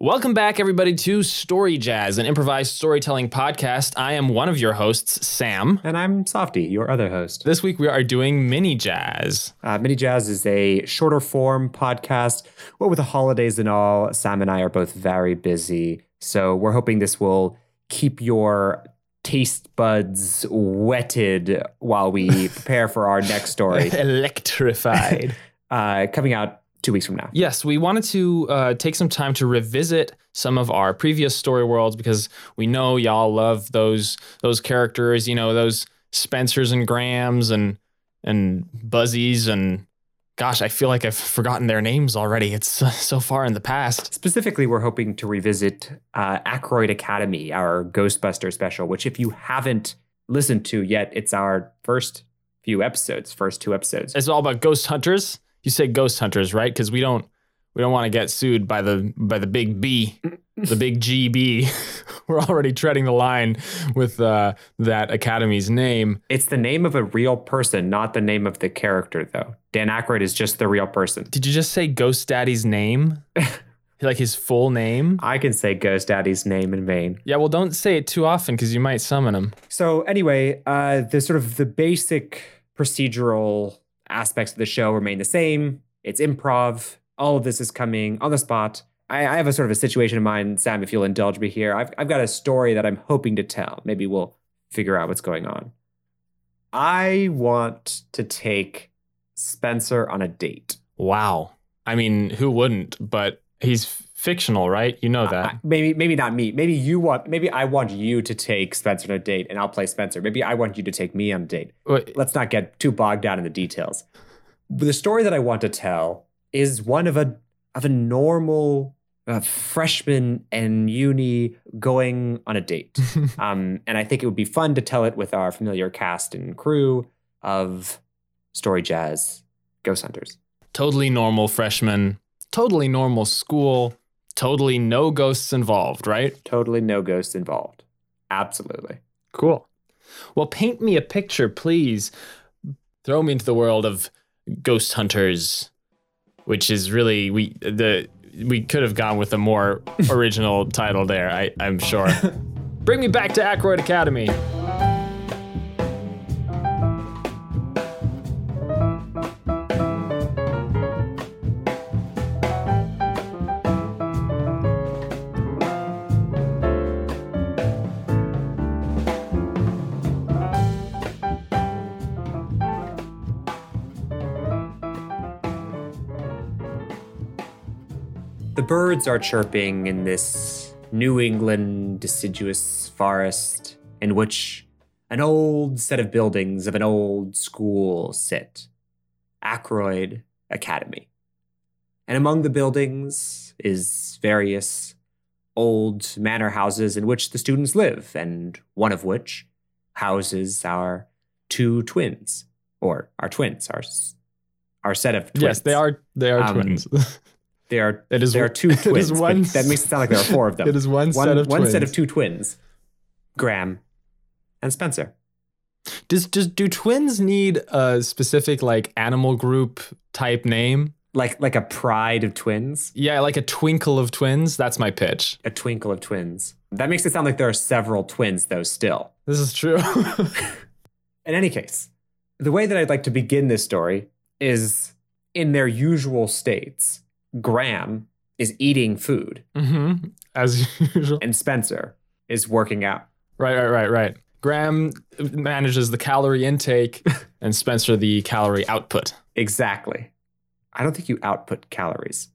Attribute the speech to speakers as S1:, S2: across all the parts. S1: Welcome back, everybody, to Story Jazz, an improvised storytelling podcast. I am one of your hosts, Sam.
S2: And I'm Softy, your other host.
S1: This week we are doing mini jazz.
S2: Uh, Mini Jazz is a shorter form podcast. What with the holidays and all, Sam and I are both very busy. So we're hoping this will keep your taste buds wetted while we prepare for our next story
S1: Electrified.
S2: uh, coming out two weeks from now.
S1: yes, we wanted to uh, take some time to revisit some of our previous story worlds because we know y'all love those those characters. You know those Spencers and Grams and and Buzzies and gosh, I feel like I've forgotten their names already. It's uh, so far in the past.
S2: Specifically, we're hoping to revisit uh, Ackroyd Academy, our Ghostbuster special, which, if you haven't listened to yet, it's our first few episodes, first two episodes.
S1: it's all about ghost hunters. You say ghost hunters, right? Because we don't we don't want to get sued by the by the big B, the big GB. We're already treading the line with uh, that academy's name.
S2: It's the name of a real person, not the name of the character, though. Dan Aykroyd is just the real person.
S1: Did you just say Ghost Daddy's name? like his full name?
S2: I can say Ghost Daddy's name in vain.
S1: Yeah, well, don't say it too often because you might summon him.
S2: So anyway, uh, the sort of the basic procedural aspects of the show remain the same. It's improv. All of this is coming on the spot. I, I have a sort of a situation in mind, Sam. If you'll indulge me here, I've I've got a story that I'm hoping to tell. Maybe we'll figure out what's going on. I want to take Spencer on a date.
S1: Wow. I mean, who wouldn't? But he's fictional, right? You know that.
S2: I- maybe maybe not me. Maybe you want. Maybe I want you to take Spencer on a date, and I'll play Spencer. Maybe I want you to take me on a date.
S1: Wait,
S2: Let's not get too bogged down in the details. But the story that I want to tell is one of a of a normal uh, freshman and uni going on a date, um, and I think it would be fun to tell it with our familiar cast and crew of story jazz ghost hunters.
S1: totally normal freshman, totally normal school, totally no ghosts involved, right?
S2: Totally no ghosts involved. Absolutely.
S1: Cool. Well, paint me a picture, please. Throw me into the world of ghost hunters, which is really we the we could have gone with a more original title there. I, I'm sure. Bring me back to Ackroyd Academy.
S2: The birds are chirping in this New England deciduous forest in which an old set of buildings of an old school sit Ackroyd Academy. And among the buildings is various old manor houses in which the students live, and one of which houses our two twins, or our twins, our, s- our set of twins.
S1: Yes, they are they are
S2: Um,
S1: twins.
S2: They are
S1: It is
S2: there are
S1: one-
S2: two
S1: it is
S2: twins. but
S1: one-
S2: that makes it sound like there are four of them.
S1: it is one,
S2: one,
S1: set of
S2: one
S1: twins.
S2: set of two twins, Graham and Spencer.
S1: Does, does do twins need a specific like animal group type name?
S2: Like like a pride of twins,
S1: Yeah, like a twinkle of twins. That's my pitch.
S2: a twinkle of twins. That makes it sound like there are several twins though still.
S1: This is true.
S2: In any case, the way that I'd like to begin this story is in their usual states. Graham is eating food
S1: hmm As usual.
S2: and Spencer is working out.
S1: Right, right, right, right. Graham manages the calorie intake and Spencer the calorie output.
S2: Exactly. I don't think you output calories.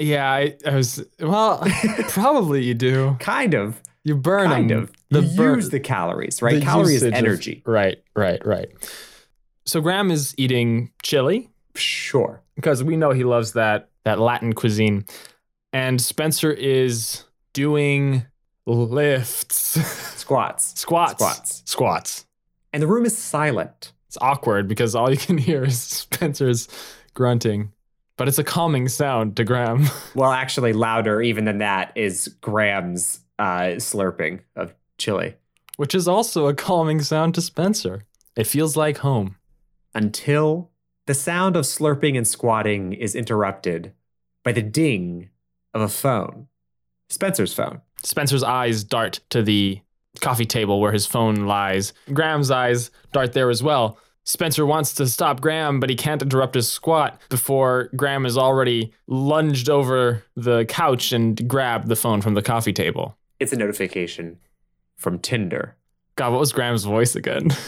S1: Yeah, I, I was, well, probably you do.
S2: Kind of.
S1: You burn
S2: kind
S1: 'em.
S2: of.
S1: The
S2: you
S1: bur-
S2: use the calories, right?
S1: the
S2: Calorie is
S1: usage of-
S2: energy.
S1: right, right, right. So Graham is eating chili
S2: Sure.
S1: because we know he loves that, that Latin cuisine. And Spencer is doing lifts,
S2: Squats.
S1: squats,
S2: Squats.
S1: squats.
S2: And the room is silent.
S1: It's awkward because all you can hear is Spencer's grunting, but it's a calming sound to Graham.
S2: Well, actually, louder even than that is Graham's uh, slurping of chili
S1: which is also a calming sound to Spencer. It feels like home.
S2: until the sound of slurping and squatting is interrupted by the ding of a phone. Spencer's phone.
S1: Spencer's eyes dart to the coffee table where his phone lies. Graham's eyes dart there as well. Spencer wants to stop Graham, but he can't interrupt his squat before Graham has already lunged over the couch and grabbed the phone from the coffee table.
S2: It's a notification from Tinder.
S1: God, what was Graham's voice again?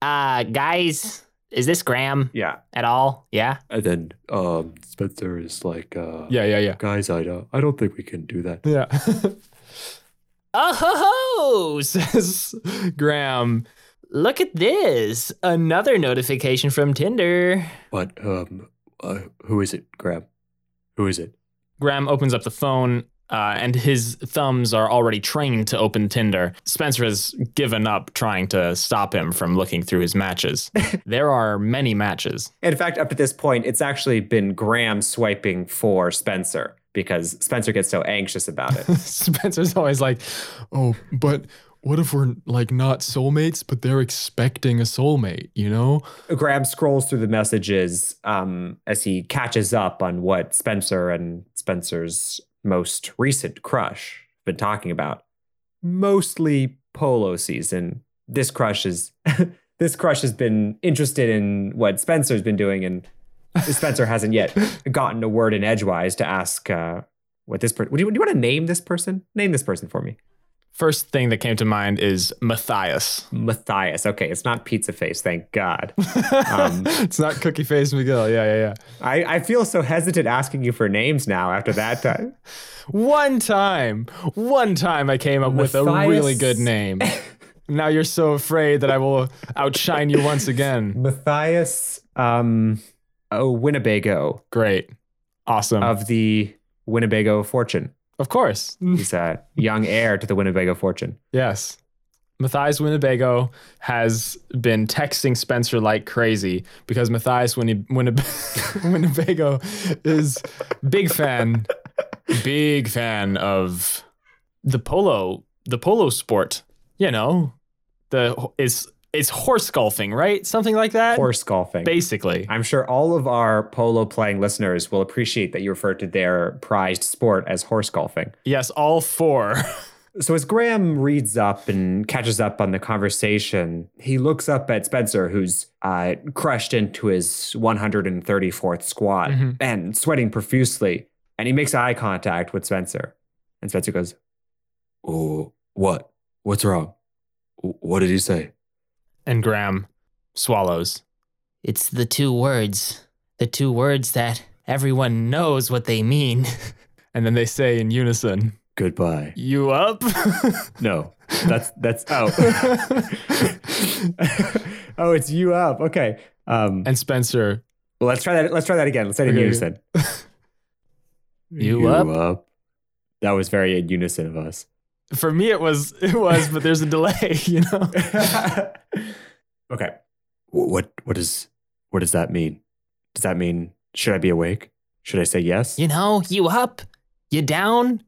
S3: Uh, guys, is this Graham
S2: Yeah.
S3: at all? Yeah.
S4: And then um, Spencer is like, uh,
S1: yeah, yeah, yeah.
S4: guys, I don't, I don't think we can do that.
S1: Yeah.
S3: Oh ho ho!
S1: Says Graham.
S3: Look at this. Another notification from Tinder.
S4: But um, uh, who is it, Graham? Who is it?
S1: Graham opens up the phone, uh, and his thumbs are already trained to open Tinder. Spencer has given up trying to stop him from looking through his matches. there are many matches.
S2: In fact, up to this point, it's actually been Graham swiping for Spencer because Spencer gets so anxious about it.
S1: Spencer's always like,
S5: Oh, but what if we're like not soulmates, but they're expecting a soulmate, you know?
S2: Graham scrolls through the messages um, as he catches up on what Spencer and Spencer's most recent crush have been talking about. Mostly polo season. This crush is this crush has been interested in what Spencer's been doing, and Spencer hasn't yet gotten a word in edgewise to ask uh, what this person. Do you, do you want to name this person? Name this person for me.
S1: First thing that came to mind is Matthias.
S2: Matthias. Okay, it's not Pizza Face. Thank God.
S1: um, it's not Cookie Face McGill. Yeah, yeah, yeah.
S2: I, I feel so hesitant asking you for names now after that time.
S1: One time, one time I came up with a
S2: Matthias.
S1: really good name. now you're so afraid that I will outshine you once again.
S2: Matthias um, oh, Winnebago
S1: Great. Awesome.
S2: of the Winnebago Fortune.
S1: of course.
S2: He's a young heir to the Winnebago Fortune.
S1: Yes. Matthias Winnebago has been texting Spencer like crazy because Matthias Winne- Winneb- Winnebago is big fan, big fan of the polo, the polo sport. You know, the it's it's horse golfing, right? Something like that.
S2: Horse golfing.
S1: basically.
S2: I'm sure all of our polo playing listeners will appreciate that you refer to their prized sport as horse golfing.
S1: Yes, all four.
S2: So as Graham reads up and catches up on the conversation, he looks up at Spencer, who's uh, crushed into his 134th squat
S1: Mhm.
S2: and sweating profusely. And he makes eye contact with Spencer. And Spencer goes,
S4: Oh, what? What's wrong? Wh- What did he say?
S1: and Graham swallows.
S3: It's the two words. The two words that everyone knows what they mean.
S1: And then they say in unison,
S4: Goodbye.
S1: You up?
S4: No, that's that's
S2: "Oh, it's you up. Okay. Um,
S1: and Spencer
S2: well, let's try that. Let's try that again. Let's say it in
S1: Okay.
S2: unison.
S3: You up?
S2: That was very in unison of us.
S1: for me it was it was but there's a delay you know
S2: okay.
S4: Wh- What what does what does that mean?
S2: Does that mean should I be awake? Should I say yes?
S3: You know, you up, you down,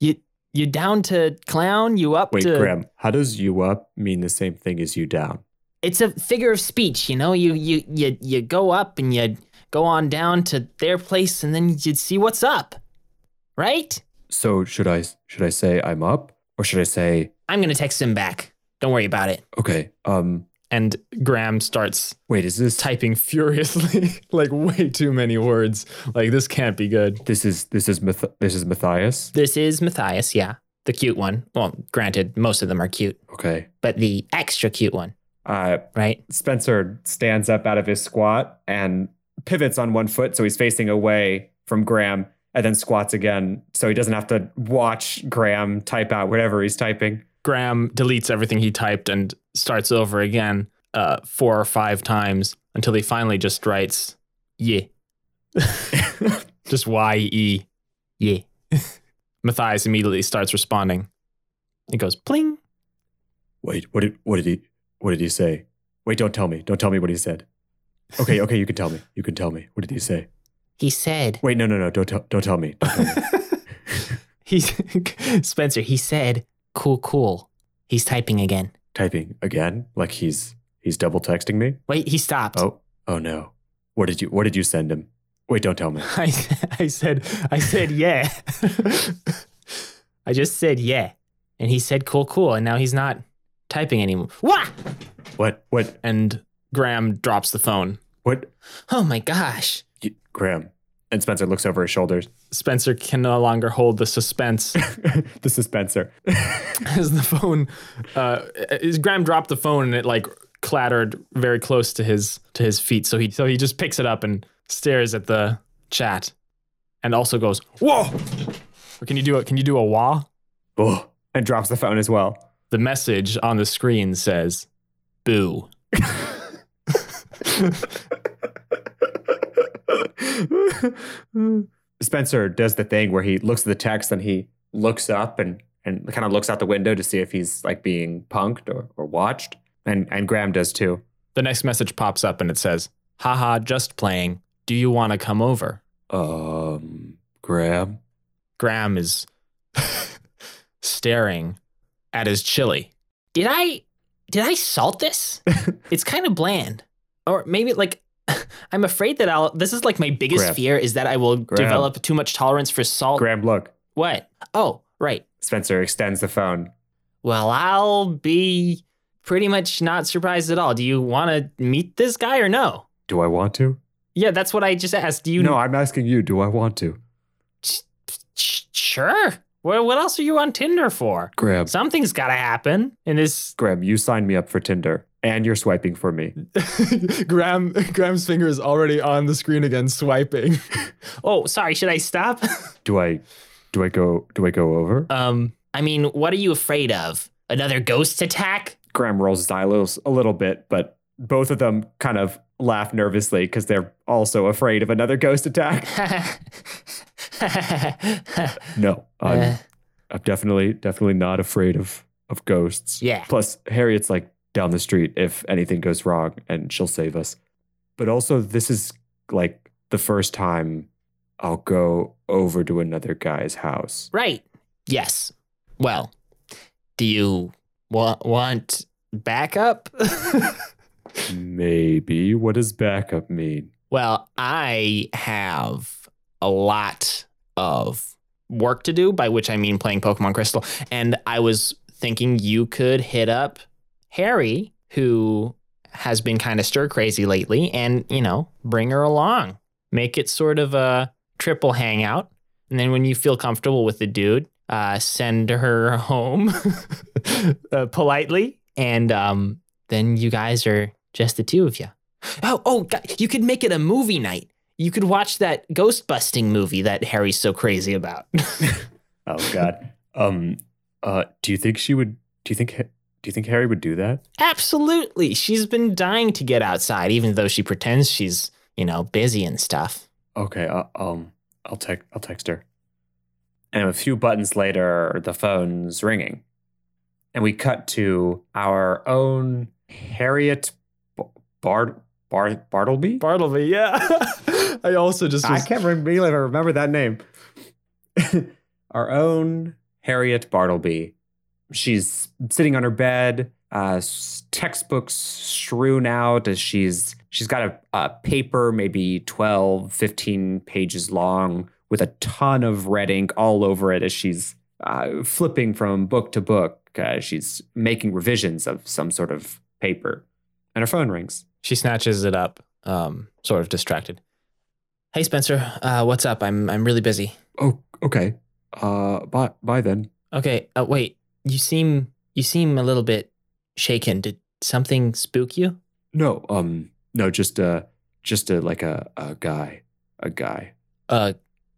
S3: you you down to clown, you up
S4: Wait,
S3: to.
S4: Graham.
S2: How does you up mean the same thing as you down?
S3: It's a figure of speech, you know. You you you you go up and you go on down to their place, and then you see what's up, right?
S4: So should I should I say I'm up or should I say
S3: I'm gonna text him back. Don't worry about it.
S4: okay? Um,
S1: and graham starts
S4: wait, is this
S1: typing furiously like way too many words like this can't be good
S4: this is this is Math- this is Matthias?
S3: This is Matthias, yeah, the cute one. Well, granted, most of them are cute,
S4: Okay,
S3: but the extra cute one,
S2: Uh,
S3: right?
S2: Spencer stands up out of his squat and pivots on one foot, so he's facing away from Graham, and then squats again, so he doesn't have to watch Graham type out whatever he's typing.
S1: graham deletes everything he typed and starts over again uh, four or five times until he finally just writes yeah just E. y-e
S3: Yeah.
S1: matthias immediately starts responding it goes pling
S4: wait, what did what did he what did he say? Wait, don't tell me, don't tell me what he said. Okay, okay, you can tell me, you can tell me. What did he say?
S3: He said,
S4: Wait, no, no, no, don't tell, don't tell me. Don't tell me.
S3: he Spencer, he said, cool, cool. He's typing again.
S4: Typing again, like he's he's double texting me.
S3: Wait, he stopped.
S4: Oh, oh no. What did you what did you send him? Wait, don't tell me.
S1: I, I said I said yeah. I just said yeah, and he said cool, cool, and now he's not typing anymore. Wah!
S2: What? What?
S6: And Graham drops the phone.
S2: What?
S1: Oh my gosh!
S2: You, Graham. And Spencer looks over his shoulders.
S6: Spencer can no longer hold the suspense
S2: this is Spencer.
S6: as the phone. Uh, as Graham dropped the phone and it like clattered very close to his to his feet. So he so he just picks it up and stares at the chat, and also goes whoa. Or can you do a can you do a wah?
S2: Oh, and drops the phone as well.
S6: The message on the screen says, "Boo."
S2: Spencer does the thing where he looks at the text and he looks up and, and kind of looks out the window to see if he's like being punked or, or watched. And and Graham does too.
S6: The next message pops up and it says, "Haha, just playing. Do you want to come over?"
S2: Um Graham.
S6: Graham is staring at his chili.
S1: Did I did I salt this? it's kind of bland, or maybe like I'm afraid that I'll. This is like my biggest
S2: Graham.
S1: fear is that I will
S2: Graham.
S1: develop too much tolerance for salt.
S2: Graham, look.
S1: What? Oh, right.
S2: Spencer extends the phone.
S1: Well, I'll be pretty much not surprised at all. Do you want to meet this guy or no?
S2: Do I want to?
S1: Yeah, that's what I just asked. Do you
S2: no, I'm asking you, do I want to?
S1: Sh- sure. Well, what else are you on Tinder for?
S2: Graham.
S1: Something's got to happen in this.
S2: Graham, you signed me up for Tinder and you're swiping for me.
S7: Graham Graham's finger is already on the screen again, swiping.
S1: Oh, sorry. Should I stop?
S2: Do I do I go do I go over?
S1: um, I mean, what are you afraid of? Another ghost attack?
S2: Graham rolls his eyelids a little bit, but both of them kind of laugh nervously because they're also afraid of another ghost attack. No, I'm,
S1: Uh.
S2: I'm definitely definitely not afraid of of ghosts.
S1: yeah.
S2: Plus, Harriet's like down the street if anything goes wrong, and she'll save us. But also, this is like the first time I'll go over to another guy's house.
S1: Right. Yes. Well, do you wa- want backup?
S2: Maybe. What does backup mean?
S1: Well, I have a lot of work to do, by which I mean playing Pokemon Crystal. And I was thinking you could hit up Harry, who has been kind of stir crazy lately, and, you know, bring her along. Make it sort of a triple hangout. And then when you feel comfortable with the dude, uh, send her home uh, politely. And um, then you guys are just the two of you. Oh, oh, God. you could make it a movie night. You could watch that ghost busting movie that Harry's so crazy about.
S2: Oh God. um. Uh. Do you think she would? Do you think? Ha- Do you think Harry would do that?
S1: Absolutely. She's been dying to get outside, even though she pretends she's, you know, busy and stuff.
S2: Okay. Uh, um. I'll text. I'll text her. And a few buttons later, the phone's ringing, and we cut to our own Harriet B- Bard Bar- Bartleby.
S6: Bartleby, yeah.
S7: I also just
S2: I
S7: was,
S2: can't remember, I remember that name. Our own Harriet Bartleby. She's sitting on her bed, uh, s- textbooks strewn out as she's she's got a, a paper maybe 12, 15 pages long with a ton of red ink all over it as she's uh, flipping from book to book. Uh, she's making revisions of some sort of paper. And her phone rings.
S6: she snatches it up, um, sort of distracted.
S1: Hey, Spencer, uh, what's up? I'm, I'm really busy.
S2: Oh, okay. Uh, bye, bye then.
S1: Okay, uh, wait. You seem, you seem a little bit shaken. Did something spook you?
S2: No, um, no, just uh, just a like a a guy, a guy.
S1: Uh,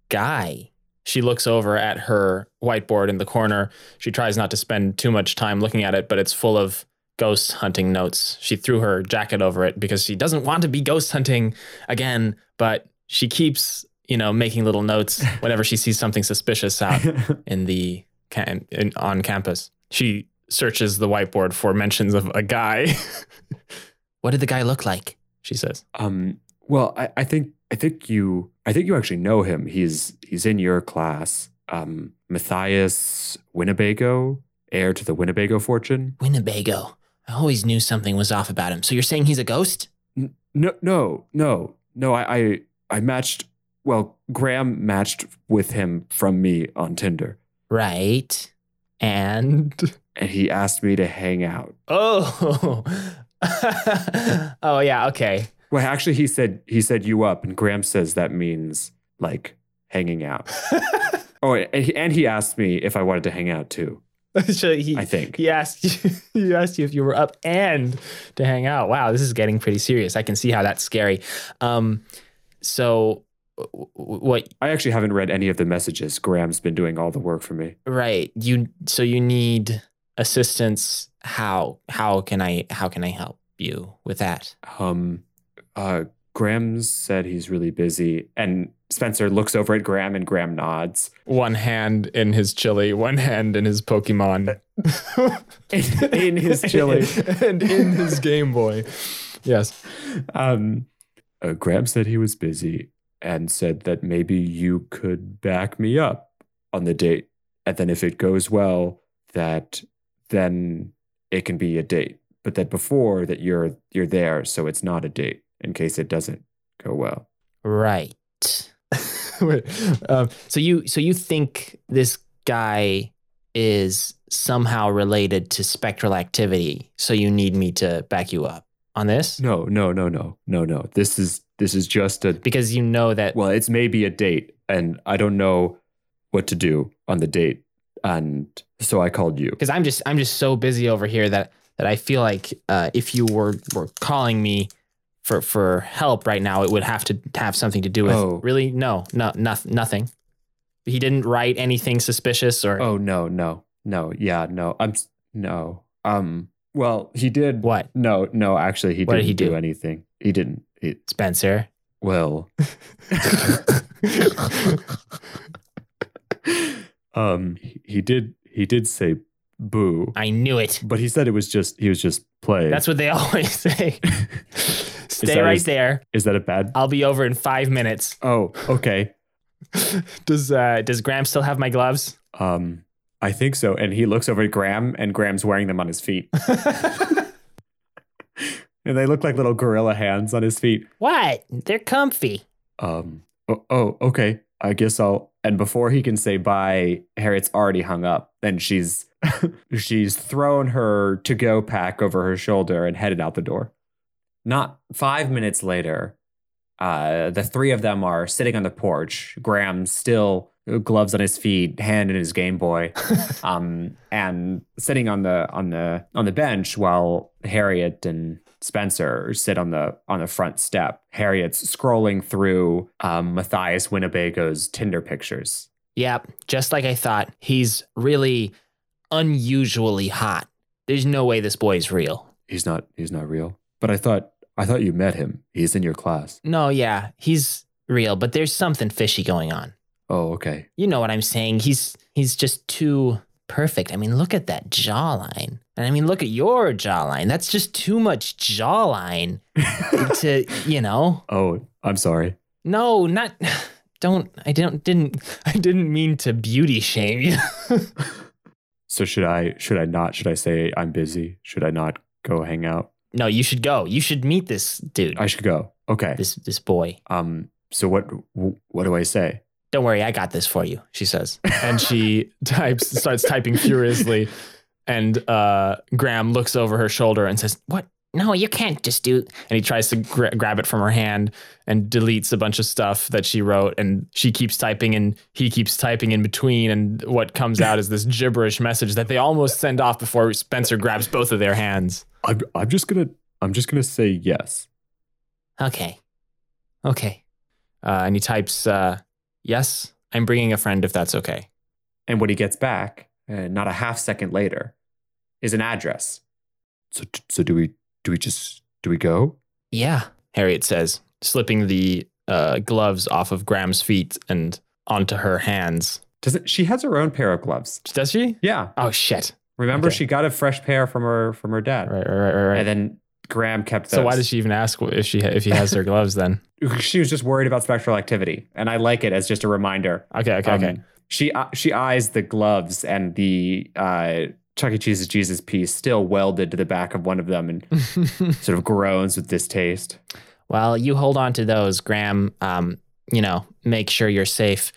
S1: guy.
S6: She looks over at her whiteboard in the corner. She tries not to spend too much time looking at it, but it's full of ghost hunting notes. She threw her jacket over it because she doesn't want to be ghost hunting again, but she keeps, you know, making little notes whenever she sees something suspicious out in the cam- in, on campus. She searches the whiteboard for mentions of a guy,
S1: What did the guy look like?
S6: she says.
S2: um, well, I, I think I think you I think you actually know him. He's he's in your class. Um, Matthias Winnebago, heir to the Winnebago fortune.
S1: Winnebago. I always knew something was off about him. So you're saying he's a ghost?
S2: No, no, no, no. I I, I matched. Well, Graham matched with him from me on Tinder.
S1: right? And
S2: and he asked me to hang out.
S1: oh, oh yeah, okay.
S2: Well, actually, he said he said you up, and Graham says that means like hanging out. oh, and he, and he asked me if I wanted to hang out too.
S1: so he
S2: I think.
S1: he asked you, he asked you if you were up and to hang out. Wow, this is getting pretty serious. I can see how that's scary. Um, so w- w- what
S2: I actually haven't read any of the messages. Graham's been doing all the work for me.
S1: right you so you need assistance how how can i how can i help you with that
S2: Um, uh, Graham said he's really busy, and Spencer looks over at Graham, and Graham nods.
S8: One hand in his chili, one hand in his Pokemon.
S2: In- in his chili.
S8: and in his Game Boy. Yes.
S2: Um, uh, Graham said he was busy and said that maybe you could back me up on the date, and then if it goes well, that then it can be a date. But that before that you're you're there, so it's not a date in case it doesn't go well.
S1: right
S8: Wait. Um,
S1: so you so you think this guy is somehow related to spectral activity so you need me to back you up on this
S2: No, no, no, no, no, no. This is this is just a
S1: because you know that
S2: well. It's maybe a date, and I don't know what to do on the date, and so I called you.
S1: because I'm just I'm just so busy over here that that I feel like uh, if you were were calling me for for help right now, it would have to have something to do with
S2: Oh.
S1: really no no nothing nothing. He didn't write anything suspicious or
S2: Oh no, no, no, yeah, no. I'm s- no. Um. Well, he did.
S1: what
S2: No, no. Actually, he
S1: What did
S2: didn't
S1: he do?
S2: anything. He didn't. He,
S1: Spencer.
S2: well. um. He, he did. He did say boo,
S1: I knew it.
S2: but he said it was just. He was just playing.
S1: That's what they always say. Stay
S2: that
S1: right
S2: his-
S1: there.
S2: Is that a bad?
S1: I'll be over in five minutes.
S2: Oh, okay.
S1: Does uh, does Graham still have my gloves?
S2: Um. I think so. And he looks over at Graham, and Graham's wearing them on his feet. and they look like little gorilla hands on his feet.
S1: What? They're comfy.
S2: um oh, oh okay i guess i'll and before he can say bye harriet's already hung up and she's she's thrown her to go pack over her shoulder and headed out the door
S9: Not five minutes later, uh, the three of them are sitting on the porch. Graham still gloves on his feet, hand in his Game Boy,
S2: um and sitting on the on the on the bench while harriet and spencer sit on the on the front step harriet's scrolling through um matthias winnebago's tinder pictures
S1: Yep, just like I thought. He's really unusually hot. There's no way this boy's real.
S2: he's not he's not real but i thought i thought you met him he's in your class
S1: No, yeah, he's real, but there's something fishy going on.
S2: Oh, okay.
S1: You know what I'm saying? He's he's just too perfect. I mean, look at that jawline. And I mean, look at your jawline. That's just too much jawline to, you know.
S2: Oh, I'm sorry.
S1: No, not don't I don't didn't I didn't mean to beauty shame you.
S2: So should I should I not should I say I'm busy? Should I not go hang out?
S1: no, you should go. You should meet this dude.
S2: I should go. Okay.
S1: this this boy.
S2: Um so what what do I say?
S1: Don't worry, I got this for you, she says.
S8: and she types starts typing furiously and uh, graham looks over her shoulder and says what
S1: No, you can't just do
S8: and he tries to gra- grab it from her hand and deletes a bunch of stuff that she wrote and she keeps typing and he keeps typing in between and what comes out is this gibberish message that they almost send off before spencer grabs both of their hands
S2: I'm I'm just going to I'm just going to say yes.
S1: Okay. Okay.
S8: uh, and he types uh, yes i'm bringing a friend if that's okay
S2: And what he gets back, uh, not a half second later, is an address. So so do we do we just do we go?
S1: Yeah.
S8: harriet says slipping the uh, gloves off of graham's feet and onto her hands
S2: Doesn't she has her own pair of gloves?
S8: does she
S2: Yeah.
S8: oh shit
S2: Remember
S8: Okay.
S2: she got a fresh pair from her from her dad.
S8: right right right right, right.
S2: And then Graham kept those.
S8: So why does she even ask if she if he has their gloves then?
S2: she was just worried about spectral activity and i like it as just a reminder
S8: Okay, okay, okay.
S2: Um, she uh, she eyes the gloves and the uh chuck e cheese's jesus piece still welded to the back of one of them and sort of groans with distaste
S1: Well, you hold on to those, Graham. Um, you know, make sure you're safe.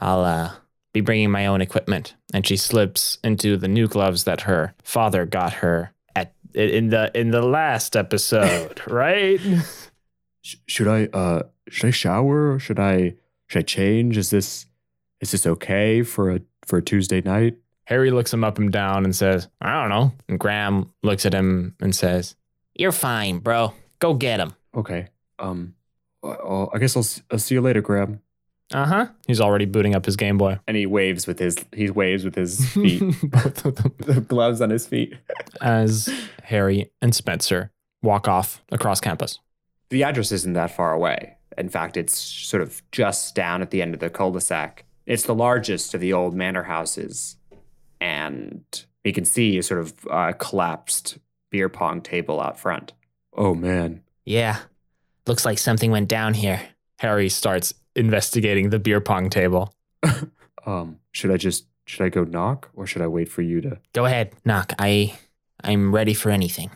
S1: I'll uh, be bringing my own equipment. And she slips into the new gloves that her father got her at in the in the last episode, right?
S2: Sh- should I uh should I shower? Should I should I change? Is this is this okay for a for a Tuesday night?
S1: Harry looks him up and down and says, I don't know. And Graham looks at him and says,
S10: You're fine, bro. Go get him.
S2: Okay. Um, I- I'll, I guess I'll, s- I'll see you later, Graham.
S1: Uh huh. He's already booting up his Game Boy.
S2: And he waves with his he waves with his feet,
S1: Both of them.
S2: the gloves on his feet.
S1: As Harry and Spencer walk off across campus.
S2: The address isn't that far away. In fact, it's sort of just down at the end of the cul-de-sac. It's the largest of the old manor houses, and you can see a sort of uh, collapsed beer pong table out front. Oh man,
S10: Yeah. Looks like something went down here.
S1: Harry starts investigating the beer pong table.
S2: um, should I just should I go knock or should I wait for you to?
S10: Go ahead, knock. I I'm ready for anything.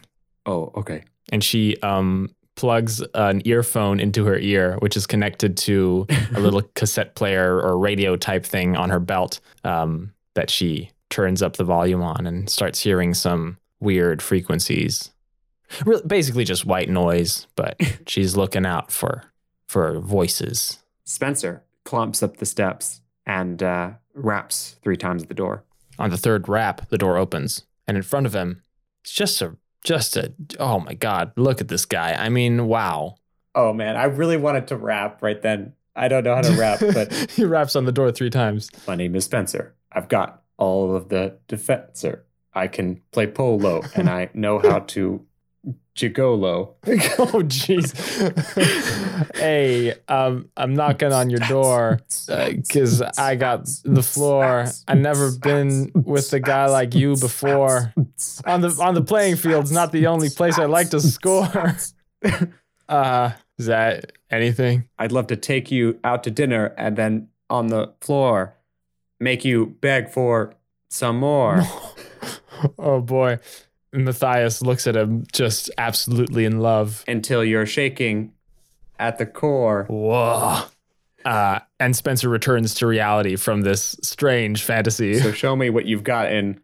S2: Oh, okay.
S1: And she um, plugs an earphone into her ear, which is connected to a
S11: Mm-hmm.
S1: little cassette player or radio type thing on her belt um, that she turns up the volume on and starts hearing some weird frequencies. Real basically just white noise, but she's looking out for for voices.
S2: Spencer clomps up the steps and uh, raps three times at the door.
S1: On the third rap, the door opens, and in front of him, it's just a just a oh my god, look at this guy. I mean, wow.
S11: Oh man, I really wanted to rap right then. I don't know how to rap, but
S1: he raps on the door three times.
S2: My name is Spencer. I've got all of the defenser. I can play polo and I know how to gigolo.
S1: oh jeez. hey, um, I'm knocking on your door because Uh, I got the floor. I never been with a guy like you before. On the on the playing field's not the only place I like to score. Uh, is that anything?
S2: I'd love to take you out to dinner and then on the floor make you beg for some more.
S1: oh boy. Matthias looks at him just absolutely in love.
S2: until you're shaking at the core.
S1: Oh, Whoa. Uh, and Spencer returns to reality from this strange fantasy
S2: So show me what you've got in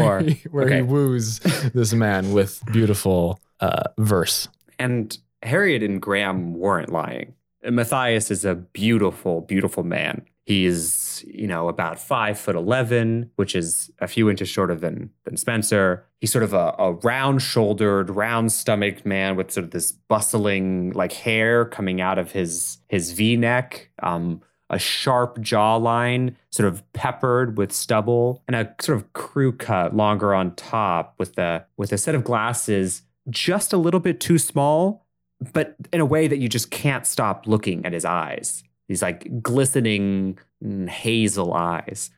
S1: where, he, where he
S2: Okay.
S1: woos this man with beautiful uh, verse.
S2: And Harriet and Graham weren't lying. Matthias is a beautiful, beautiful man. He's, you know, about five foot eleven, which is a few inches shorter than than Spencer. He's sort of a, a round-shouldered, round-stomached man with sort of this bustling, like hair coming out of his his V-neck. Um, a sharp jawline, sort of peppered with stubble, and a sort of crew cut longer on top with a with a set of glasses just a little bit too small, but in a way that you just can't stop looking at his eyes. These like glistening mm, hazel eyes.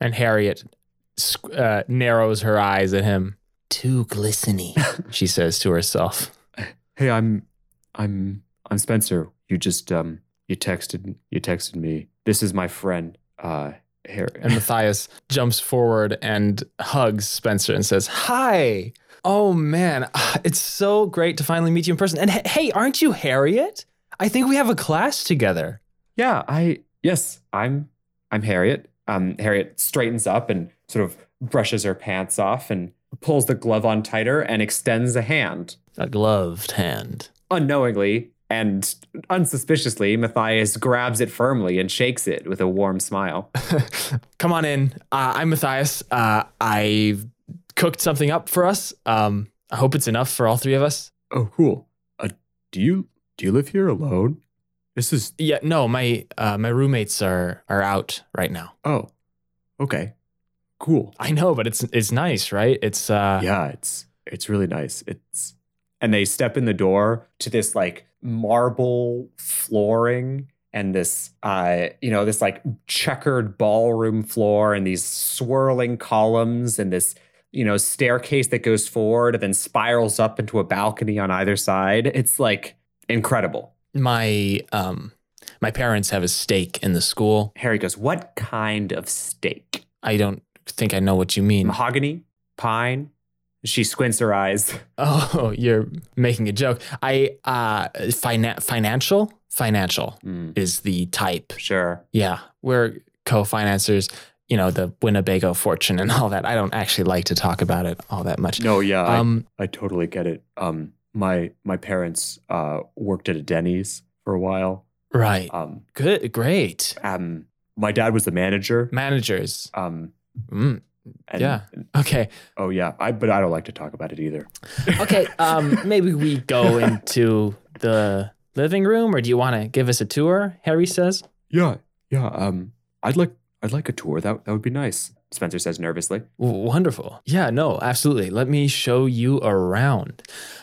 S1: And Harriet squ- uh, narrows her eyes at him,
S10: Too glistening.
S1: she says to herself.
S2: Hey, I'm, I'm, I'm Spencer. You just um, you texted, you texted me. This is my friend, uh, Harry.
S1: And Matthias jumps forward and hugs Spencer and says, Hi. Oh, man. Ah, It's so great to finally meet you in person. And he- hey, aren't you Harriet? I think we have a class together.
S2: yeah, I yes, I'm, I'm Harriet. Um, Harriet straightens up and sort of brushes her pants off and pulls the glove on tighter and extends a hand.
S10: a gloved hand.
S2: unknowingly and unsuspiciously, Matthias grabs it firmly and shakes it with a warm smile.
S1: Come on in. Uh, I'm Matthias. Uh, I've cooked something up for us. Um, I hope it's enough for all three of us.
S2: Oh, cool. Uh, do you do you live here alone? This is
S1: Yeah, no, my uh, my roommates are are out right now.
S2: oh, okay, cool.
S1: I know, but it's it's nice, right? It's uh,
S2: yeah, it's it's really nice. It's and they step in the door to this like marble flooring and this uh you know this like checkered ballroom floor and these swirling columns and this you know staircase that goes forward and then spirals up into a balcony on either side. It's like incredible.
S1: my um my parents have a stake in the school.
S2: Harry goes, "What kind of steak?
S1: I don't think I know what you
S2: Mm.
S1: mean.
S2: Uh-huh. Mahogany? Pine?" She squints her eyes.
S1: Oh, you're making a joke. I uh fina- financial financial
S2: Mm,
S1: is the type.
S2: sure.
S1: Yeah, we're co-financers, you know, the Winnebago fortune and all that. I don't actually like to talk about it all that much.
S2: No, yeah, I-
S1: Um,
S2: I totally get it. Um, my my parents uh, worked at a Denny's for a while.
S1: right.
S2: Um,
S1: Good. Great.
S2: um, my dad was the manager.
S1: Managers.
S2: Um,
S1: Mm,
S2: and,
S1: yeah. Okay.
S2: Oh yeah. I but I don't like to talk about it either.
S1: Okay. Um, maybe we go into the living room, or do you want to give us a tour? Harry says.
S2: Yeah. Yeah. Um, I'd like I'd like a tour. That that would be nice. Spencer says nervously.
S1: W- Wonderful. Yeah, no, absolutely. Let me show you around.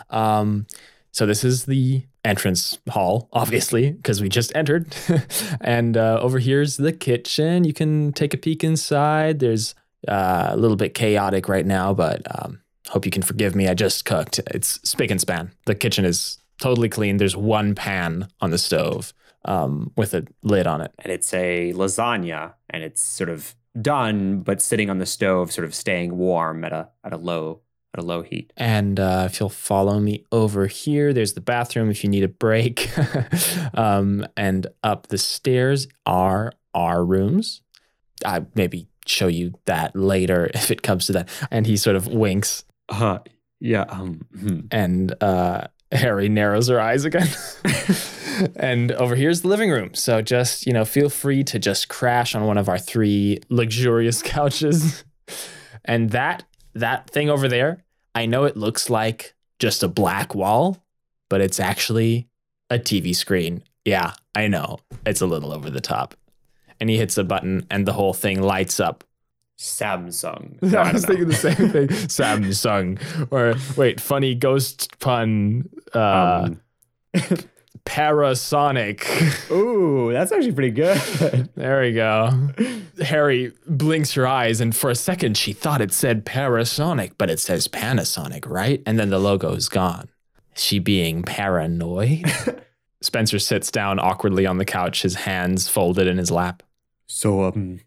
S1: Um, so this is the entrance hall, obviously, because we just entered. and uh, over here's the kitchen. You can take a peek inside. There's uh, a little bit chaotic right now, but um, hope you can forgive me. I just cooked. It's spick and span. The kitchen is totally clean. There's one pan on the stove um, with a lid on it.
S11: and it's a lasagna and it's sort of done but sitting on the stove sort of staying warm at a at a low at a low heat
S1: And uh, if you'll follow me over here, there's the bathroom if you need a break. um, and up the stairs are our rooms. I maybe show you that later if it comes to that. And he sort of winks,
S2: Uh yeah. Um. hmm.
S1: and uh, Harry narrows her eyes again. and over here is the living room. So just, you know, feel free to just crash on one of our three luxurious couches. and that that thing over there, I know it looks like just a black wall, but it's actually a TV screen. Yeah, I know. It's a little over the top. And he hits a button and the whole thing lights up.
S11: samsung
S1: I was thinking the same thing. Samsung. Or wait, funny ghost pun uh
S2: Um,
S1: parasonic.
S11: ooh that's actually pretty good
S1: There we go. Harry blinks her eyes, and for a second she thought it said Parasonic, but it says Panasonic, right? And then the logo is gone. She being paranoid. Spencer sits down awkwardly on the couch, his hands folded in his lap.
S2: so um,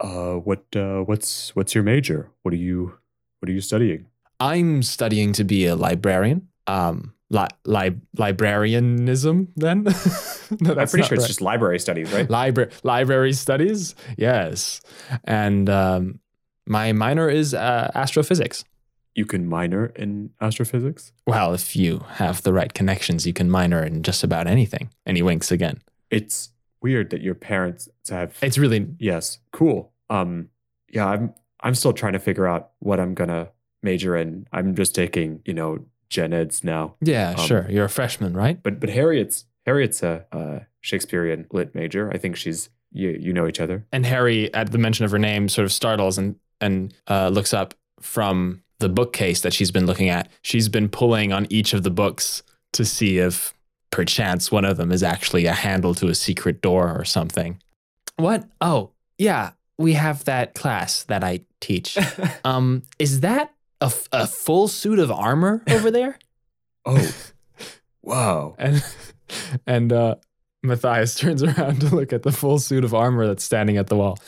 S2: uh, what uh, what's what's your major? What are you what are you studying?
S1: I'm studying to be a librarian. Um, li- li- librarianism, then? no,
S11: i'm
S1: that's
S11: pretty
S1: not
S11: sure it's
S1: right.
S11: just library studies right
S1: Libra- library studies, yes. And um, my minor is uh, astrophysics.
S2: You can minor in astrophysics.
S1: Well, if you have the right connections, you can minor in just about anything. And he winks again.
S2: It's weird that your parents have
S1: It's really
S2: Yes. Cool. Um yeah, I'm I'm still trying to figure out what I'm going to major in. I'm just taking, you know, gen eds now.
S1: yeah,
S2: Um,
S1: sure. You're a freshman, right?
S2: But but Harriet's Harriet's a, a Shakespearean lit major. I think she's you you know each other.
S1: And Harry, at the mention of her name, sort of startles and and uh, looks up from the bookcase that she's been looking at. She's been pulling on each of the books to see if perchance one of them is actually a handle to a secret door or something. What? Oh, yeah. We have that class that I teach. um, is that a, f- a full suit of armor over there?
S2: Oh. wow.
S1: and and uh, Matthias turns around to look at the full suit of armor that's standing at the wall.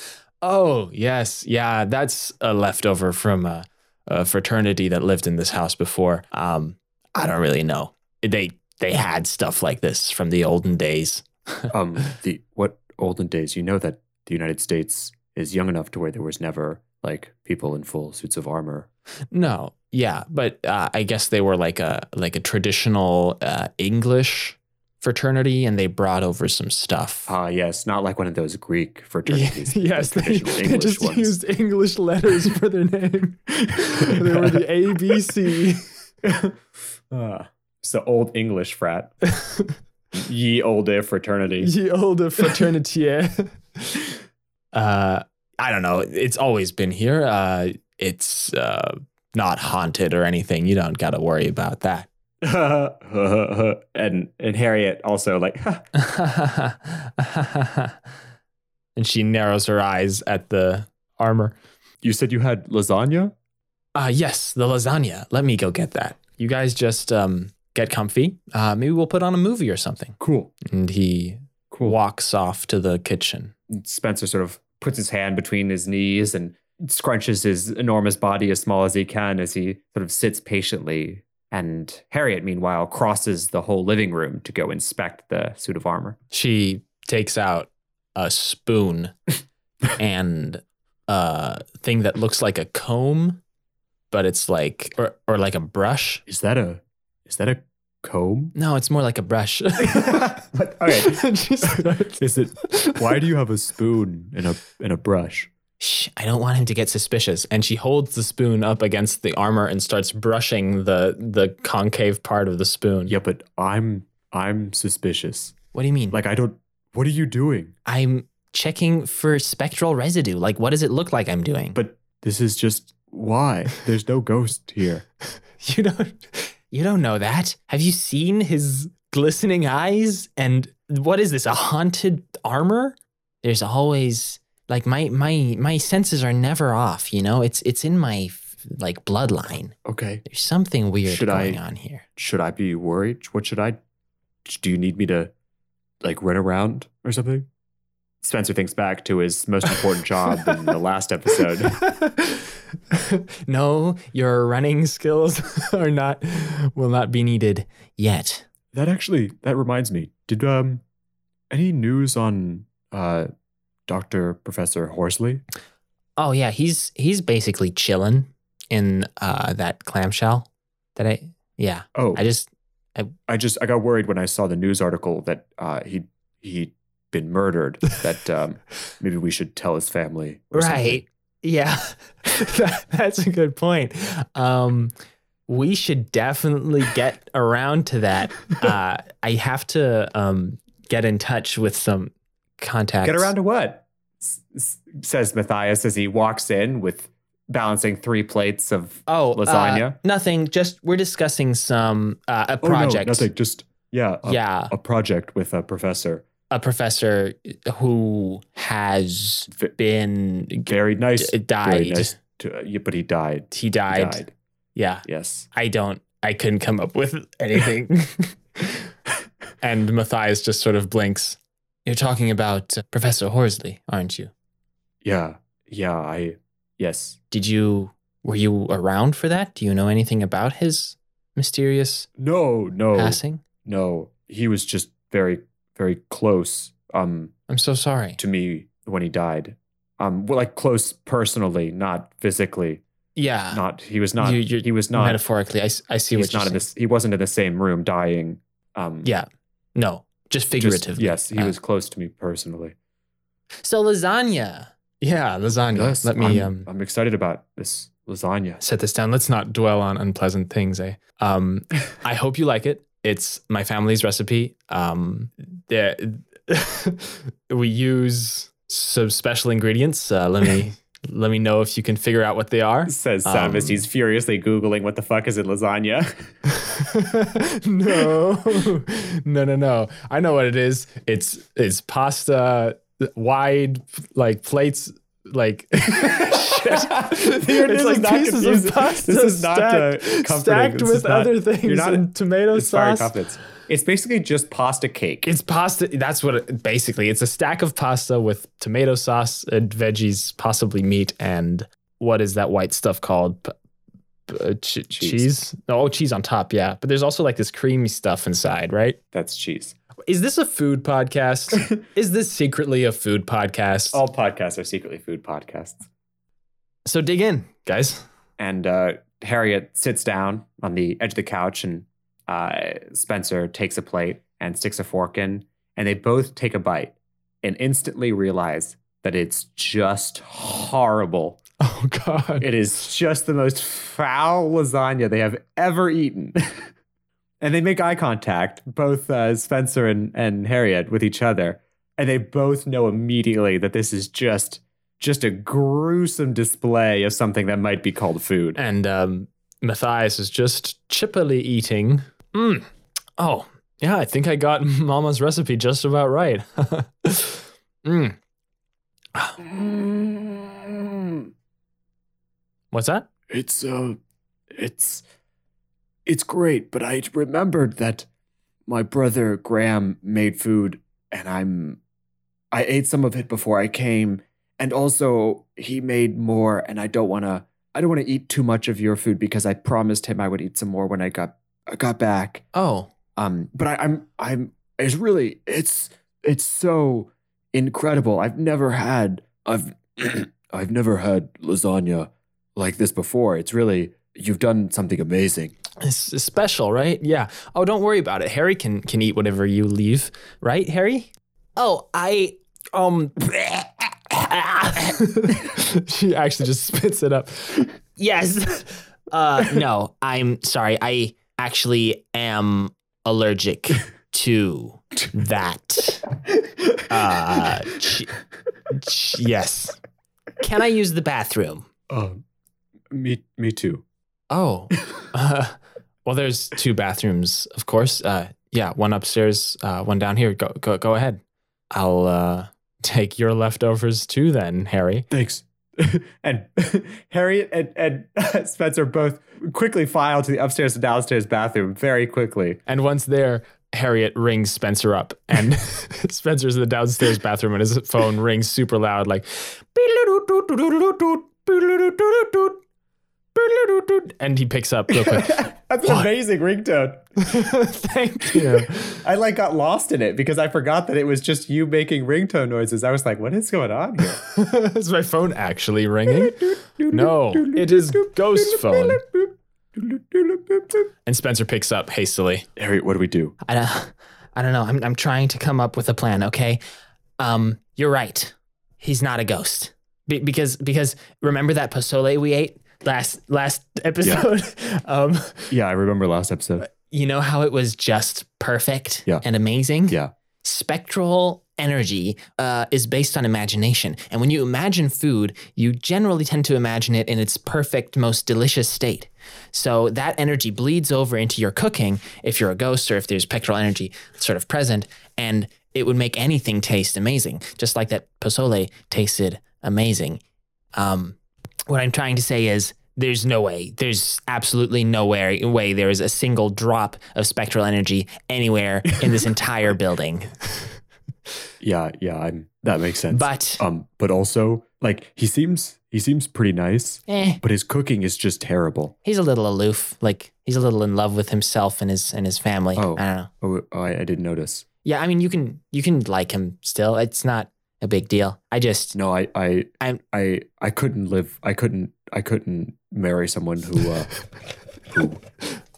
S1: Oh yes, yeah, that's a leftover from a, a fraternity that lived in this house before. Um, I don't really know. They they had stuff like this from the olden days.
S2: Um the what olden days, you know that the United States is young enough to where there was never like people in full suits of armor.
S1: No, yeah, but uh, I guess they were like a like a traditional uh, English fraternity, and they brought over some stuff.
S2: Ah, yes, not like one of those Greek
S1: Yeah,
S2: fraternities. the
S1: yes, they,
S2: traditional
S1: they
S2: English
S1: just
S2: ones.
S1: used English letters for their name. they were the ABC.
S2: Ah, it's the old English frat. Ye olde fraternity.
S1: Ye olde fraternité. uh, I don't know. It's always been here. Uh, it's uh, not haunted or anything. You don't got to worry about that.
S2: and and Harriet also like
S1: and she narrows her eyes at the armor.
S2: you said you had lasagna.
S1: Uh, yes, the lasagna. Let me go get that. You guys just um, get comfy. Uh, maybe we'll put on a movie or something.
S2: Cool,
S1: And he
S2: cool.
S1: walks off to the kitchen.
S11: spencer sort of puts his hand between his knees and scrunches his enormous body as small as he can as he sort of sits patiently and harriet meanwhile crosses the whole living room to go inspect the suit of armor
S1: She takes out a spoon
S10: and uh thing that looks like a comb, but it's like or or like a brush.
S2: Is that a is that a comb?
S10: No, it's more like a brush.
S2: What? okay.
S10: Just-
S2: Is it why do you have a spoon and a and a brush?
S10: Shh, I don't want him to get suspicious. And she holds the spoon up against the armor and starts brushing the the concave part of the spoon.
S2: Yeah, but I'm I'm suspicious.
S10: What do you mean?
S2: Like I don't what are you doing?
S10: I'm checking for spectral residue. Like, what does it look like I'm doing?
S2: But this is just why? There's no ghost here.
S10: you don't, you don't know that. Have you seen his glistening eyes? And what is this? A haunted armor? There's always like my my my senses are never off. You know, it's it's in my like bloodline.
S2: Okay.
S10: There's something weird
S2: Should I-
S10: going on here.
S2: Should I be worried? What should I do you need me to like run around or something? Spencer thinks back to his most important job in the last episode.
S10: no, your running skills are not will not be needed yet.
S2: That actually that reminds me. Did um any news on uh Dr. Professor Horsley?
S10: Oh yeah, he's he's basically chilling in uh that clamshell that I yeah.
S2: Oh,
S10: I just
S2: I just I got worried when I saw the news article that uh, he he'd been murdered. That um, maybe we should tell his family. or something.
S10: right. Yeah. That- that's a good point. Um we should definitely get around to that. Uh I have to um get in touch with some contacts.
S2: Get around to what? S- s- says Matthias as he walks in with balancing three plates of
S10: Oh, uh,
S2: Lasagna?
S10: nothing. Just we're discussing some uh, a
S2: Oh, no,
S10: project.
S2: nothing. Oh. Just yeah, a,
S10: Yeah,
S2: a project with a professor.
S10: a professor who has
S2: V-
S10: been
S2: Very nice.
S10: d-
S2: Very
S10: died.
S2: nice. To, uh, yeah, but he died.
S10: He
S2: He
S10: died.
S2: died.
S10: Yeah,
S2: Yes.
S10: I don't. I couldn't come up with anything. and Matthias just sort of blinks. You're talking about uh, Professor Horsley, aren't you?
S2: Yeah. Yeah. I. Yes.
S10: Did you were you around for that? Do you know anything about his mysterious
S2: No. No.
S10: passing?
S2: No. He was just very, very close. Um.
S10: I'm so sorry.
S2: to me when he died. Um, well, like close personally, not physically.
S10: Yeah,
S2: Not he was not
S10: Uh, You- you're
S2: he was not
S10: metaphorically. I, s- I
S2: he
S10: see what
S2: was
S10: you're
S2: not in
S10: saying.
S2: this he wasn't in the same room dying. Um,
S10: Yeah. No, just
S2: just-
S10: figuratively.
S2: yes, he
S10: Uh,
S2: was close to me personally.
S10: So lasagna. Yeah, lasagna.
S2: Yes,
S10: Let me
S2: I'm,
S10: um,
S2: I'm excited about this lasagna.
S1: set this down. Let's not dwell on unpleasant things, eh? Um, I hope you like it. It's my family's recipe. Um, there, we use some special ingredients. Uh, let me let me know if you can figure out what they are.
S2: Says
S1: Sam as he's
S2: furiously googling what the fuck is in lasagna.
S1: no, no, no, no. I know what it is. It's it's pasta, wide like plates, like.
S2: Here it is,
S1: it's
S2: it's
S1: like
S2: not
S1: pieces
S2: confusing.
S1: of pasta
S2: This is not, uh,
S1: stacked,
S2: comforting.
S1: stacked
S2: This
S1: with
S2: is not-
S1: other things
S2: not
S1: and tomato
S2: Inspiring
S1: sauce.
S2: confidence. It's basically just pasta cake.
S1: It's pasta. That's what it, basically. It's a stack of pasta with tomato sauce and veggies, possibly meat, and what is that white stuff called? P- p- uh, ch- cheese. Oh, cheese on top. Yeah, but there's also like this creamy stuff inside, right?
S2: That's cheese.
S1: Is this a food podcast? is this secretly a food podcast?
S2: All podcasts are secretly food podcasts.
S1: So dig in, guys.
S2: and uh, Harriet sits down on the edge of the couch, and uh, Spencer takes a plate and sticks a fork in, and they both take a bite and instantly realize that it's just horrible.
S1: Oh God.
S2: It is just the most foul lasagna they have ever eaten. and they make eye contact, both uh, Spencer and, and Harriet, with each other, and they both know immediately that this is just just a gruesome display of something that might be called food.
S1: And um, Matthias is just chippily eating. Mm. Oh, yeah, I think I got Mama's recipe just about right. mm. What's that?
S2: Mm. It's uh it's it's great, but I remembered that my brother Graham made food and I'm I ate some of it before I came and also he made more and I don't want to I don't want to eat too much of your food because I promised him I would eat some more when I got I got back.
S10: Oh,
S2: Um, but I, I'm I'm it's really it's it's so incredible. I've never had
S12: I've I've never had lasagna like this before. It's really you've done something amazing.
S1: It's, it's special, right? Yeah. Oh, don't worry about it. Harry can can eat whatever you leave, right, Harry?
S10: Oh, I um
S1: she actually just spits it up.
S10: yes. Uh no, I'm sorry. I actually am allergic to that. Uh ch- ch- yes. Can I use the bathroom?
S2: Um, me, me too.
S1: Oh. Uh, well, there's two bathrooms, of course. Uh, yeah, one upstairs, uh, one down here. Go, go, go ahead. I'll uh, take your leftovers too, then, Harry.
S2: Thanks. and Harriet and, and Spencer both quickly file to the upstairs and downstairs bathroom very quickly.
S1: And once there, Harriet rings Spencer up, and Spencer's in the downstairs bathroom, and his phone rings super loud, like, and he picks up real quick.
S2: That's an amazing ringtone.
S1: Thank you.
S2: I like got lost in it because I forgot that it was just you making ringtone noises. I was like, what is going on here?
S1: is my phone actually ringing? No, it is ghost phone. And Spencer picks up hastily.
S12: Harriet, what do we do?
S10: I don't, I don't know. I'm, I'm trying to come up with a plan. Okay. Um, you're right. He's not a ghost Be- because because remember that pozole we ate last last episode. um,
S12: Yeah, I remember last episode.
S10: you know how it was just perfect
S12: Yeah.
S10: and amazing.
S12: Yeah.
S10: Spectral energy uh, is based on imagination, and when you imagine food, you generally tend to imagine it in its perfect, most delicious state. So that energy bleeds over into your cooking if you're a ghost or if there's pectoral energy sort of present, and it would make anything taste amazing, just like that pozole tasted amazing. Um, what I'm trying to say is there's no way, there's absolutely no way, way there is a single drop of spectral energy anywhere in this entire building.
S12: Yeah, yeah, I'm, that makes sense.
S10: But
S12: um, but also like he seems he seems pretty nice,
S10: eh,
S12: but his cooking is just terrible.
S10: he's a little aloof. Like he's a little in love with himself and his and his family.
S12: Oh.
S10: I don't know.
S12: Oh, I, I didn't notice.
S10: Yeah, I mean you can you can like him still. It's not a big deal. I just
S12: No, I I
S10: I'm-
S12: I I couldn't live. I couldn't I couldn't marry someone who uh, who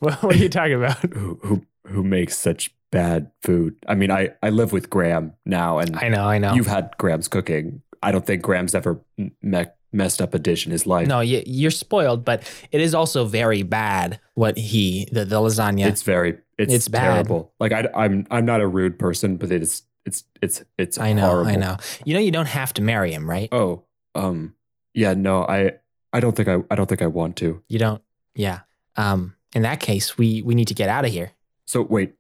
S1: What what are you talking about?
S12: who who who makes such bad food. I mean, I I live with Graham now, and
S1: I know, I know.
S12: you've had Graham's cooking. I don't think Graham's ever m- me- messed up a dish in his life.
S10: no, you, you're spoiled, but it is also very bad what he the, the lasagna.
S12: it's very it's,
S10: It's bad.
S12: terrible. Like I I'm I'm not a rude person, but it's it's it's it's
S10: I know,
S12: horrible.
S10: I know. You know you don't have to marry him, right?
S12: Oh, um, yeah, no, I, I don't think I, I don't think I want to.
S10: You don't. Yeah. Um. In that case, we we need to get out of here.
S12: So wait,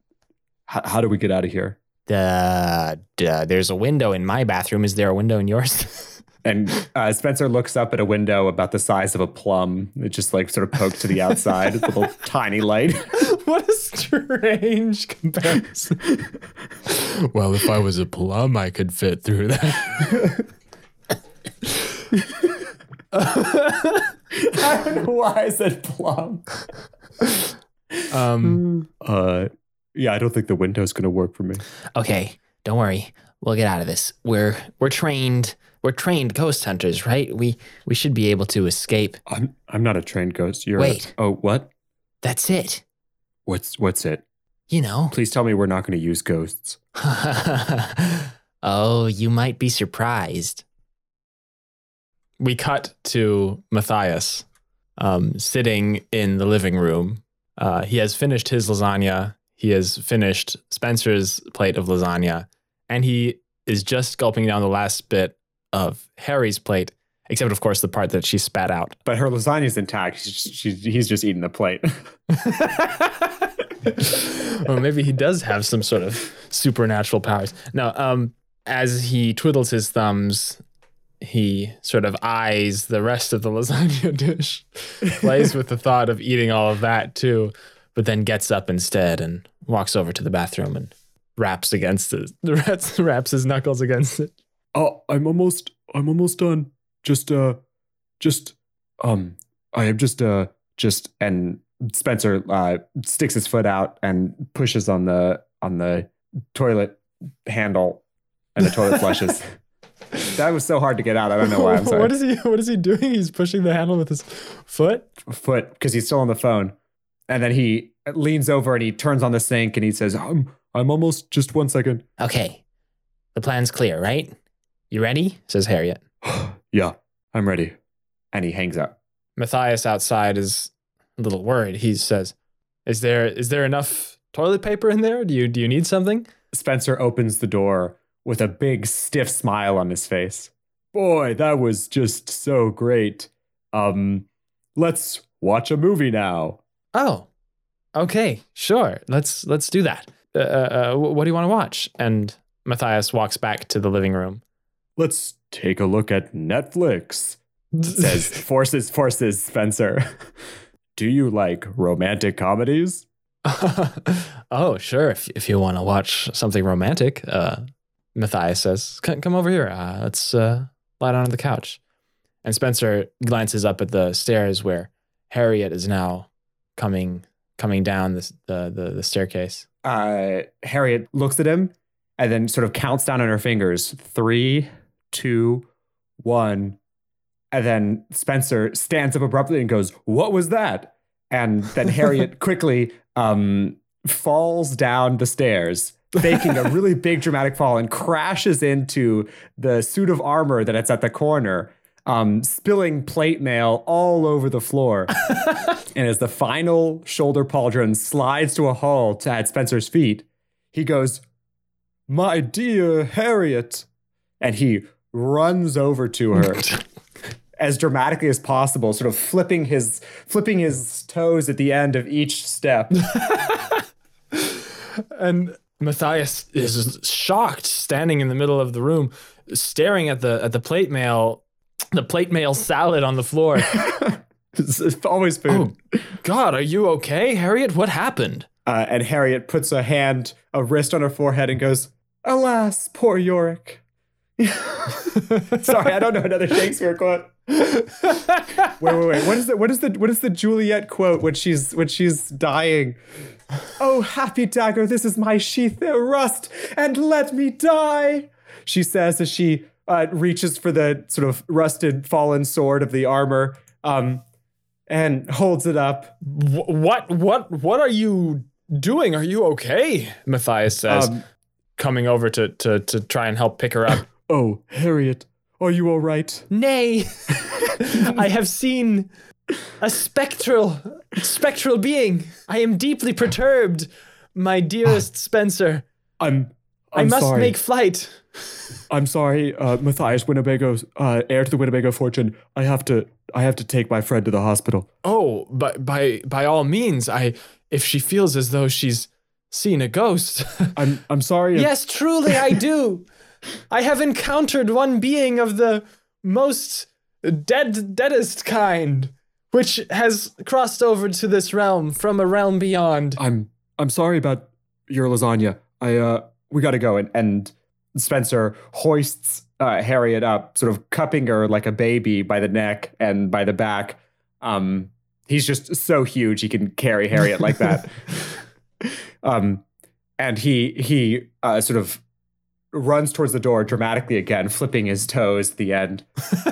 S12: h- how do we get out of here?
S10: Duh, duh. There's a window in my bathroom. Is there a window in yours?
S2: And uh, Spencer looks up at a window about the size of a plum. It just like sort of poked to the outside, a little tiny light.
S1: what a strange comparison.
S13: Well, if I was a plum, I could fit through that.
S2: I don't know why I said plum.
S1: Um,
S12: Uh, yeah, I don't think the window's gonna work for me.
S10: okay. Don't worry. We'll get out of this. We're we're trained. We're trained ghost hunters, right? We we should be able to escape.
S12: I'm, I'm not a trained ghost. You're.
S10: Wait.
S12: oh, what?
S10: That's it.
S12: What's, what's it?
S10: You know.
S12: Please tell me we're not gonna use ghosts.
S10: oh, you might be surprised.
S1: we cut to Matthias um, sitting in the living room. Uh, he has finished his lasagna. He has finished Spencer's plate of lasagna. And he is just gulping down the last bit of Harry's plate, except, of course, the part that she spat out.
S2: But her lasagna's intact. She's just, she's, he's just eating the plate.
S1: or maybe he does have some sort of supernatural powers. No, um, as he twiddles his thumbs, he sort of eyes the rest of the lasagna dish, plays with the thought of eating all of that too, but then gets up instead and walks over to the bathroom and raps against it. The rats raps his knuckles against it.
S12: Oh, I'm almost, I'm almost done. Just, uh, just, um, I am just, uh,
S2: just and Spencer uh, sticks his foot out and pushes on the on the toilet handle, and the toilet flushes. That was so hard to get out. I don't know why. I'm sorry.
S13: what is he? What is he doing? He's pushing the handle with his foot.
S2: foot because he's still on the phone. And then he leans over and he turns on the sink and he says, I'm, I'm almost just one second.
S10: Okay. The plan's clear, right? You ready? Says Harriet.
S12: yeah, I'm ready.
S2: And he hangs up.
S1: Matthias outside is a little worried. He says, "Is there is there enough toilet paper in there? Do you do you need something?"
S2: Spencer opens the door with a big, stiff smile on his face. Boy, that was just so great. Um, let's watch a movie now.
S1: Oh, okay, sure. Let's let's do that. Uh, uh, uh, what do you want to watch? And Matthias walks back to the living room.
S2: Let's take a look at Netflix, says Forces Forces Spencer. Do you like romantic comedies?
S1: oh, sure. If, if you want to watch something romantic, uh, Matthias says, "C- come over here. Uh, let's uh, lie down on the couch. And Spencer glances up at the stairs where Harriet is now coming coming down the, the, the, the staircase.
S2: uh, Harriet looks at him and then sort of counts down on her fingers three, two, one. And then Spencer stands up abruptly and goes, What was that? And then Harriet quickly um, falls down the stairs, making a really big dramatic fall and crashes into the suit of armor that it's at the corner, um, spilling plate mail all over the floor. And as the final shoulder pauldron slides to a halt at Spencer's feet, he goes, My dear Harriet. And he runs over to her as dramatically as possible, sort of flipping his flipping his toes at the end of each step.
S1: And Matthias is shocked, standing in the middle of the room, staring at the at the plate mail, the plate mail salad on the floor.
S2: it's, it's always food.
S1: God, are you okay, Harriet? What happened?
S2: Uh, and Harriet puts a hand, a wrist on her forehead and goes, Alas, poor Yorick. Sorry, I don't know another Shakespeare quote. wait, wait, wait. What is the what is the what is the Juliet quote when she's when she's dying? Oh happy dagger, this is my sheath there rust, and let me die. She says as she uh, reaches for the sort of rusted fallen sword of the armor, um, and holds it up.
S1: Wh- what what what are you doing? Are you okay? Matthias says,
S2: Um,
S1: coming over to to to try and help pick her up.
S2: Oh, Harriet, are you all right?
S10: Nay, I have seen a spectral, spectral being. I am deeply perturbed, my dearest Spencer.
S2: I'm.
S10: I
S2: I'm
S10: must
S2: sorry.
S10: make flight.
S2: I'm sorry, uh, Matthias Winnebago, uh, heir to the Winnebago fortune. I have to. I have to take my friend to the hospital.
S1: oh, but by by all means, I if she feels as though she's seen a ghost.
S2: I'm. I'm sorry.
S10: Yes, truly I do. I have encountered one being of the most dead, deadest kind, which has crossed over to this realm from a realm beyond.
S2: I'm. I'm sorry about your lasagna. I. Uh. We gotta go. And and Spencer hoists uh, Harriet up, sort of cupping her like a baby by the neck and by the back. Um. He's just so huge he can carry Harriet like that. um. And he he uh, sort of runs towards the door dramatically again, flipping his toes at the end.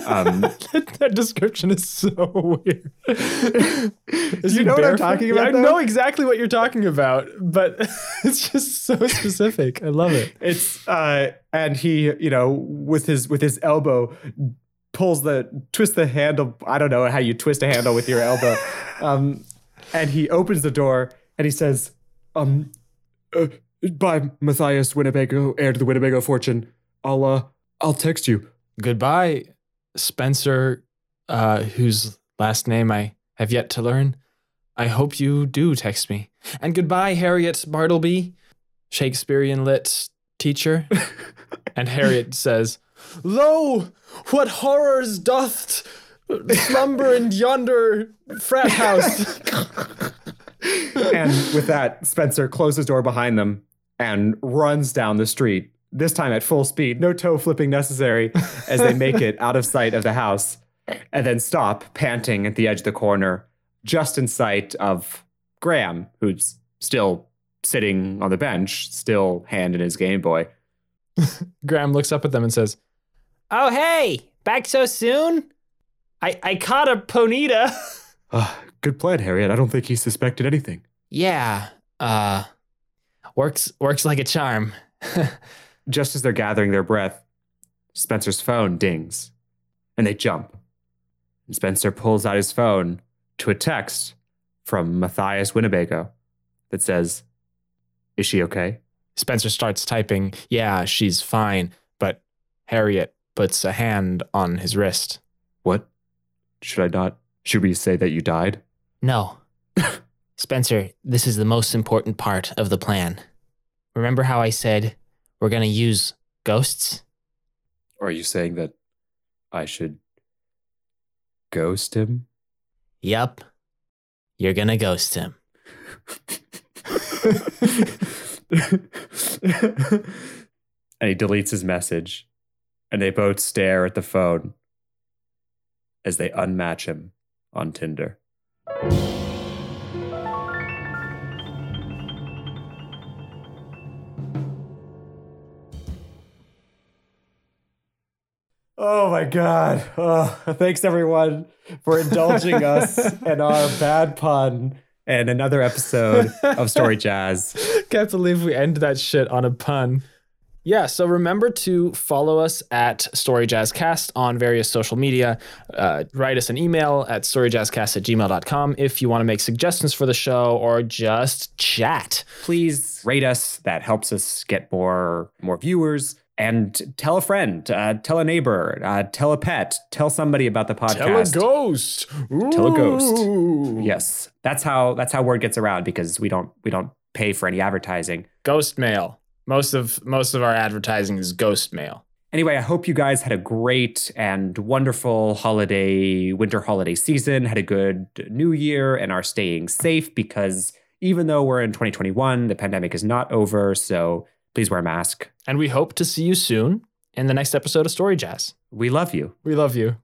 S2: Um,
S1: that, that description is so weird. Is
S2: you
S1: he
S2: know what I'm
S1: barefoot?
S2: talking
S1: Yeah,
S2: about,
S1: I
S2: though?
S1: know exactly what you're talking about, but it's just so specific. I love it.
S2: it's uh, and he, you know, with his with his elbow, pulls the twists the handle. I don't know how you twist a handle with your elbow. Um, and he opens the door and he says, "Um, uh, by Matthias Winnebago, heir to the Winnebago fortune. I'll uh, I'll text you."
S1: Goodbye, Spencer, uh, whose last name I have yet to learn. I hope you do text me. And goodbye, Harriet Bartleby, Shakespearean lit teacher. and Harriet says, Lo, what horrors doth slumber in yonder frat house.
S2: and with that, Spencer closes door behind them and runs down the street, this time at full speed, no toe flipping necessary, as they make it out of sight of the house and then stop, panting at the edge of the corner, just in sight of Graham, who's still sitting on the bench, still hand in his Game Boy.
S1: Graham looks up at them and says,
S10: Oh, hey, back so soon? I, I caught a Ponita.
S12: Ah, good plan, Harriet. I don't think he suspected anything.
S10: yeah, uh, works works like a charm.
S2: Just as they're gathering their breath, Spencer's phone dings and they jump. And Spencer pulls out his phone to a text from Matthias Winnebago that says, Is she okay?
S1: Spencer starts typing, Yeah, she's fine. But Harriet puts a hand on his wrist.
S12: What? Should I not? Should we say that you died?
S10: No. Spencer, this is the most important part of the plan. Remember how I said we're going to use ghosts?
S12: Or are you saying that I should ghost him?
S10: Yup. You're going to ghost him.
S2: and he deletes his message, and they both stare at the phone as they unmatch him on Tinder.
S11: Oh my God. Oh, thanks everyone for indulging us and our bad pun.
S2: And another episode of Story Jazz.
S1: Can't believe we end that shit on a pun. Yeah, so remember to follow us at Story Jazz Cast on various social media. Uh, write us an email at storyjazzcast at gmail.com if you want to make suggestions for the show or just chat.
S2: Please rate us. That helps us get more more viewers. And tell a friend, uh, tell a neighbor, uh, tell a pet, tell somebody about the podcast.
S1: ghost.
S2: Tell a ghost. Yes, that's how that's how word gets around because we don't we don't pay for any advertising.
S1: Ghost mail. Most of most of our advertising is ghost mail.
S2: Anyway, I hope you guys had a great and wonderful holiday winter holiday season, had a good new year and are staying safe because even though we're in 2021, the pandemic is not over, so please wear a mask.
S1: And we hope to see you soon in the next episode of Story Jazz.
S2: We love you.
S1: We love you.